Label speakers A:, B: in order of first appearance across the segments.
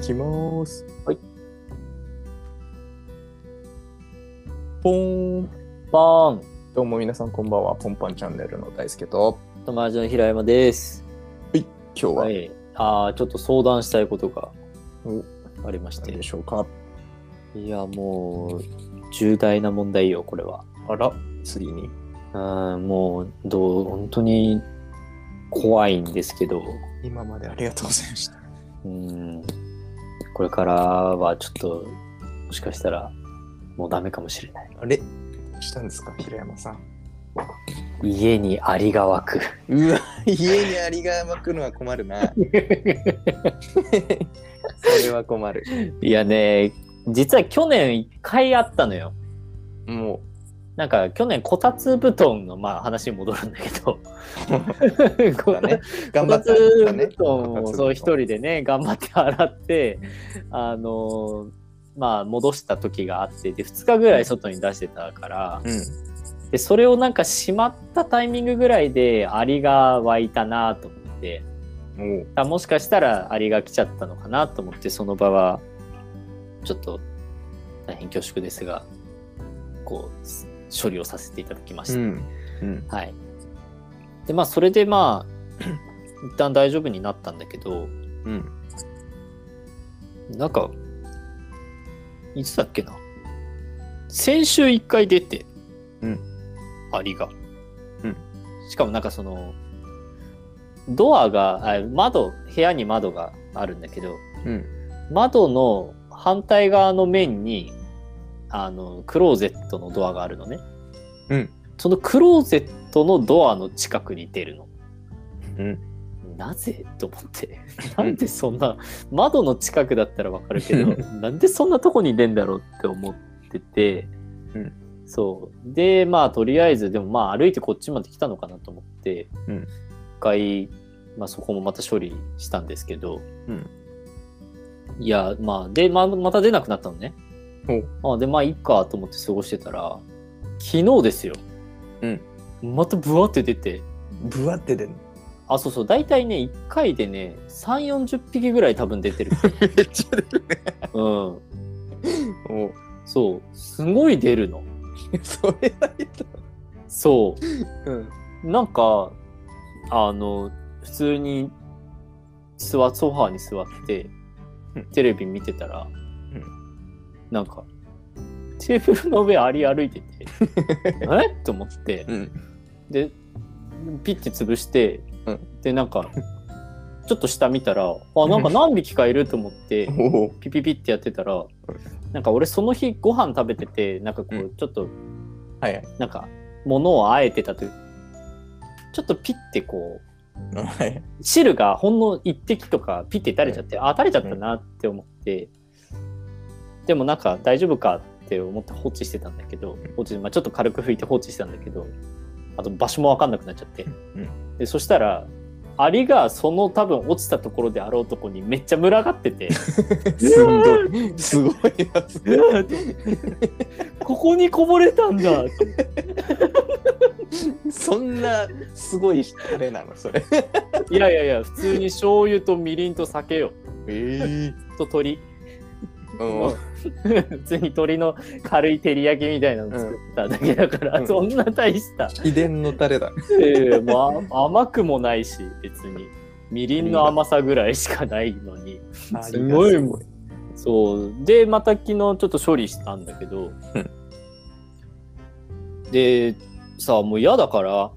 A: きます。
B: はい。
A: ポーン。
B: ポーン
A: どうも皆さんこんばんは。ポンパンチャンネルの大輔と、
B: 友達の平山です。
A: 今日は
B: はい。ああ、ちょっと相談したいことが
A: お
B: ありまして
A: 何で。しょうか、
B: いや、もう、重大な問題よ、これは。
A: あら、次に。
B: うん、もう、どう、本当に怖いんですけど、
A: 今までありがとうございました。
B: うん、これからはちょっと、もしかしたら、もうダメかもしれない。
A: あれしたんですか、平山さん。
B: 家にアリが 湧く。
A: うわ、家にアリが巻くのは困るな。 それは困る。
B: いやね、実は去年一回あったのよ。
A: も
B: なんか去年こたつ布団のまあ話に戻るんだけど
A: う、
B: こ
A: だ ね。頑張
B: た
A: っ
B: つ
A: たんですかね。
B: 布団をそう一
A: こたつ布団
B: 人でね頑張って洗ってあのーまあ戻した時があってで2日ぐらい外に出してたから
A: うん。
B: でそれをなんかしまったタイミングぐらいでアリが湧いたなと思って
A: もう、
B: あもしかしたらアリが来ちゃったのかなと思ってその場はちょっと大変恐縮ですがこう処理をさせていただきました。
A: ん。うん。
B: はい。で、まあ、それでまあ、 一旦大丈夫になったんだけど、
A: うん。
B: なんか、いつだっけな。先週一回出て、
A: うん。
B: アリが。
A: うん。
B: しかもなんかその、ドアが、あ窓、部屋に窓があるんだけど、
A: うん。
B: 窓の反対側の面に、あの、クローゼットのドアがあるのね。
A: うん。
B: そのクローゼットのドアの近くに出るの。
A: うん
B: なぜと思って。なんでそんな、窓の近くだったらわかるけ ど、なんでそんなとこに出んだろうって思ってて、
A: うん
B: そう。で、まあ、とりあえず、でもまあ、歩いてこっちまで来たのかなと思って、
A: うん
B: 一回、まあ、そこもまた処理したんですけど、
A: うん
B: いや、まあ、で、ままた出なくなったのね。あでまあいいかと思って過ごしてたら昨日ですよ、
A: うん、
B: またブワって出て
A: ぶわって出る の。
B: あそうそう大体ね1回でね3 4 0匹ぐらい多分出 てる、
A: めっちゃ出るね。
B: うん、
A: もう、
B: そうすごい出るの
A: それはや
B: そ
A: だ。うん。
B: うなんかあの普通に座ソファーに座って
A: うん
B: テレビ見てたら、
A: ん
B: なんかテーブルの上アリ歩い ててえっと思って、
A: うん。
B: でピッて潰して、
A: うん
B: でなんかちょっと下見たらあなんか何匹かいると思って
A: おお。
B: ピピピってやってたらなんか俺その日ご飯食べててなんかこ
A: う
B: うちょっと
A: はいはい。
B: なんか物をあえてたというちょっとピッてこう
A: はい。
B: 汁がほんの一滴とかピッて垂れちゃって、あ垂れちゃったなって思って、でもなんか大丈夫かって思って放置してたんだけど
A: ん
B: 放置、まあ、ちょっと軽く拭いて放置してたんだけどあと場所も分かんなくなっちゃって、
A: ん
B: でそしたらアリがその多分落ちたところであろうとこにめっちゃ群がっ てて
A: すんごい。すごいやつ。
B: ここにこぼれたんだって
A: そんなすごいタレなのそれ。
B: いやいやいや普通に醤油とみりんと酒よ
A: ええ
B: と鶏
A: うん
B: 普通に鶏の軽い照り焼きみたいなの作っただけだから、
A: うん
B: そんな大した、
A: 秘伝のタレだ。
B: ええもうあ甘くもないし別にみりんの甘さぐらいしかないのにすごいもんそうでまた昨日ちょっと処理したんだけど、でさもう嫌だから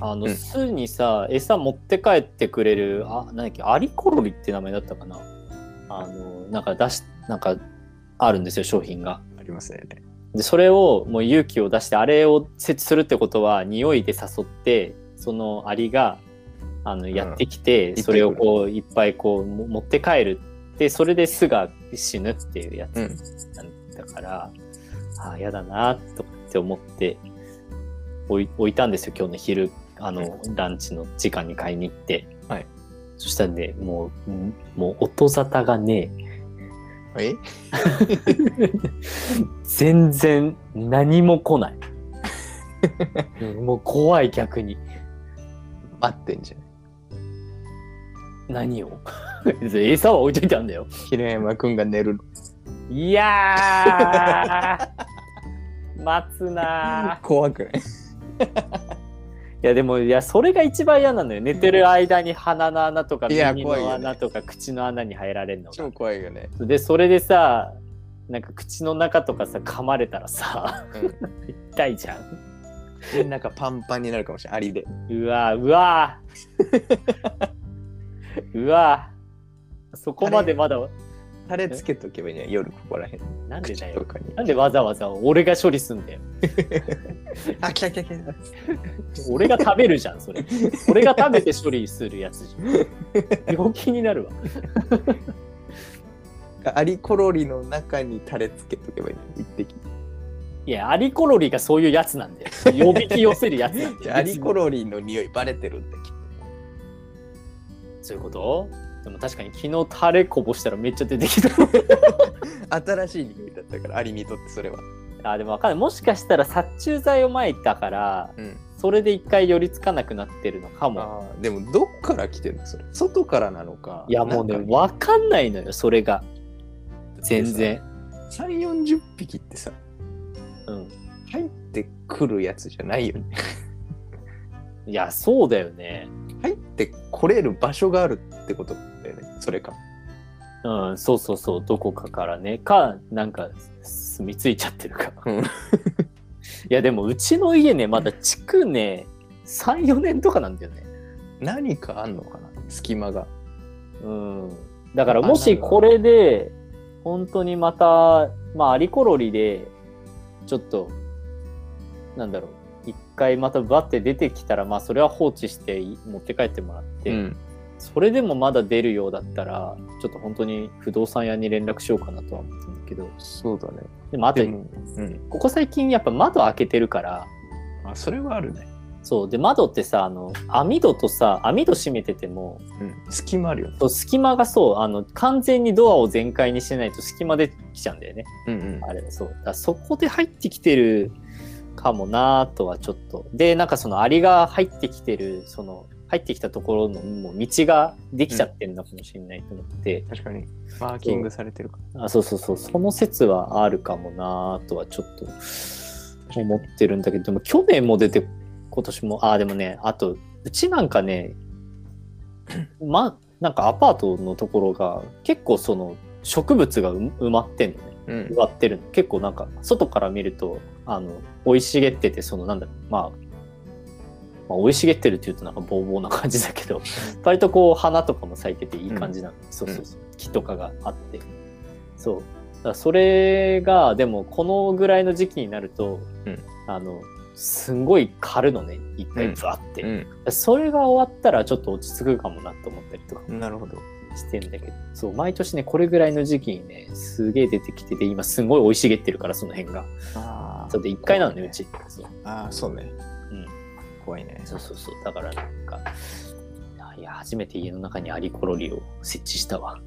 B: あの、
A: うん
B: 巣にさ餌持って帰ってくれるあなんだっけアリコロリって名前だったかなあのなんか出しなんかあるんですよ商品が。
A: ありますね。
B: でそれをもう勇気を出してあれを設置するってことは匂いで誘ってそのアリがあのやってきて、
A: ん
B: それをこういっぱいこうも持って帰るってそれで巣が死ぬっていうやつ
A: うん。
B: なんだから、ああやだなとかって思って置い置いたんですよ今日の昼あの、ランチの時間に買いに行って、
A: はい
B: そしたらねもううんもう音沙汰がね
A: え
B: 全然何も来ない もう怖い逆に
A: 待ってんじゃん。
B: 何を 別に餌は置いといたんだよ。
C: 平山くんが寝るの。
B: いや ー待つな
A: 怖くない
B: ーいやでもいやそれが一番嫌なのよ寝てる間に鼻の穴とか
C: いや
B: 耳
C: 怖いよ
B: の
C: ね
B: 穴とか口の穴に入られるのが
C: 超怖いよね。
B: でそれでさなんか口の中とかさ噛まれたらさ、
C: う
B: 痛いじゃん
A: でなんかパンパンになるかもしれないアリで
B: うわうわ うわそこまでまだ
A: タレつけとけばいいんじゃない夜ここらへん
B: なんでだ
A: 口と
B: よ
A: かに
B: なんでわざわざ俺が処理すんだよ
A: あ来た来た来た
B: 俺が食べるじゃんそれ俺が食べて処理するやつじ ゃん病気になるわ
A: アリコロリの中にタレつけとけばいいのに一滴
B: いやアリコロリがそういうやつなんだよ呼びき寄せるやつなんだ
A: じゃ
B: よ
A: あアリコロリの匂いバレてるんだきっ
B: そういうことでも確かに昨日タレこぼしたらめっちゃ出 てきた
A: と新しい匂いだったからアリにとってそれは
B: あでもわかんないもしかしたら殺虫剤をまいたから
A: うん
B: それで一回寄りつかなくなってるのかも
A: あーでもどっから来てんのそれ外からなのか
B: いやもうね
A: 中に
B: わかんないのよそれが全然
A: 3 4 0匹ってさ
B: うん
A: 入ってくるやつじゃないよね
B: いやそうだよね
A: 入ってこれる場所があるってことだよねそれか
B: うんそうそうそうどこかからねかなんか住み着いちゃってるか
A: うん
B: いやでもうちの家ねまだ築ね34年とかなんだよね
A: 何かあんのかな隙間が
B: うんだからもしこれで本当にまたまあアリコロリでちょっとなんだろう一回またバッて出てきたらまあそれは放置して持って帰ってもらって、
A: うん
B: それでもまだ出るようだったらちょっと本当に不動産屋に連絡しようかなとは思ってるんだけど
A: そうだね
B: でもあと
A: でもうん
B: ここ最近やっぱ窓開けてるから
A: あそれはあるね
B: そうで窓ってさあの網戸とさ網戸閉めてても
A: うん隙間あるよね
B: そう隙間がそうあの完全にドアを全開にしてないと隙間できちゃうんだよね
A: うんうん
B: あれそうだからそこで入ってきてるかもなとはちょっとでなんかそのアリが入ってきてるその入ってきたところのもう道ができちゃってるのかもしれないと思って、
A: 確かにマーキングされてるから
B: あそうそうそうその説はあるかもなとはちょっと思ってるんだけどでも去年も出て今年もああでもねあとうちなんかねまなんかアパートのところが結構その植物がう埋まってんのね
A: うん
B: 植わってるの結構なんか外から見るとあの生い茂っててそのなんだろうまあまあ、生い茂ってるっていうとなんかボーボーな感じだけど割とこう花とかも咲いてていい感じなの、そうそうそう木とかがあってそうだからそれがでもこのぐらいの時期になると、
A: うん
B: あのすんごい狩るのね一回
A: うん
B: バーって、
A: う
B: それが終わったらちょっと落ち着くかもなと思ったりとか
A: んなるほど
B: してんだけどそう毎年ねこれぐらいの時期にねすげえ出てきてて今すごい生い茂ってるからその辺が
A: あ
B: そうで1階なのねうちそう
A: あーそうね
B: うん
A: 怖いね
B: そうそうそうだからなんかいや初めて家の中にアリコロリを設置したわ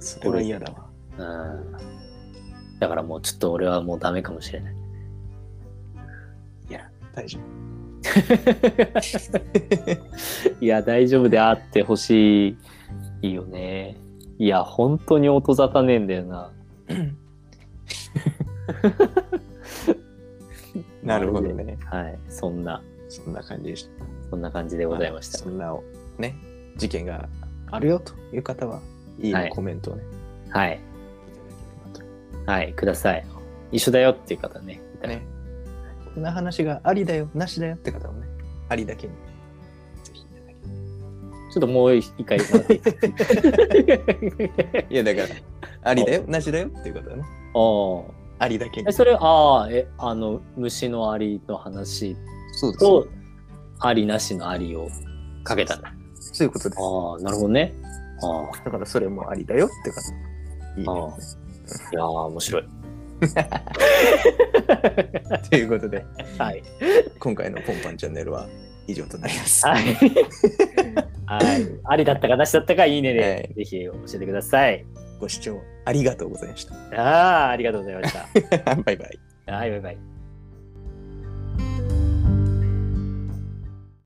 A: それは嫌だわ
B: うんだからもうちょっと俺はもうダメかもし れない
A: いや 大丈
B: いや大丈夫であってほしいいいよねいや本当に音沙汰ねえんだよな
A: 夫なるほどね
B: はいそんな
A: そんな感じでした
B: そんな感じでございました
A: そんなおね事件があるよという方はいいね、
B: はい
A: コメントをね
B: は
A: い
B: い
A: ただければ
B: はい、ください。一緒だよっていう方ね。いた
A: と
B: ら
A: ねこんな話がありだよなしだよって方もねありだけにぜひいただければ
B: ちょっともう一回言ってもら って。
A: いやだから ありだよなしだよっていうことはね
B: あ
A: ありだけ
B: あ。え、
A: に
B: それ、ああ、え、あの、虫のアリの話
A: そうです
B: と、アリなしのアリをかけたんだ。
A: そういうことです
B: ああ、なるほどね。ああ、
A: だからそれもありだよって方いいね
B: あいやー、面白い。
A: ということで
B: はい。
A: 今回の「ポンパンチャンネル」は以上となります
B: はい。 はい。ありだったかなしだったか、いいねで、
A: はい
B: ぜひ教えてください。
A: ご視聴ありがとうございまし
B: ああ、ありがとうございまし た
A: バイバイ
B: た。はい、バイバイ。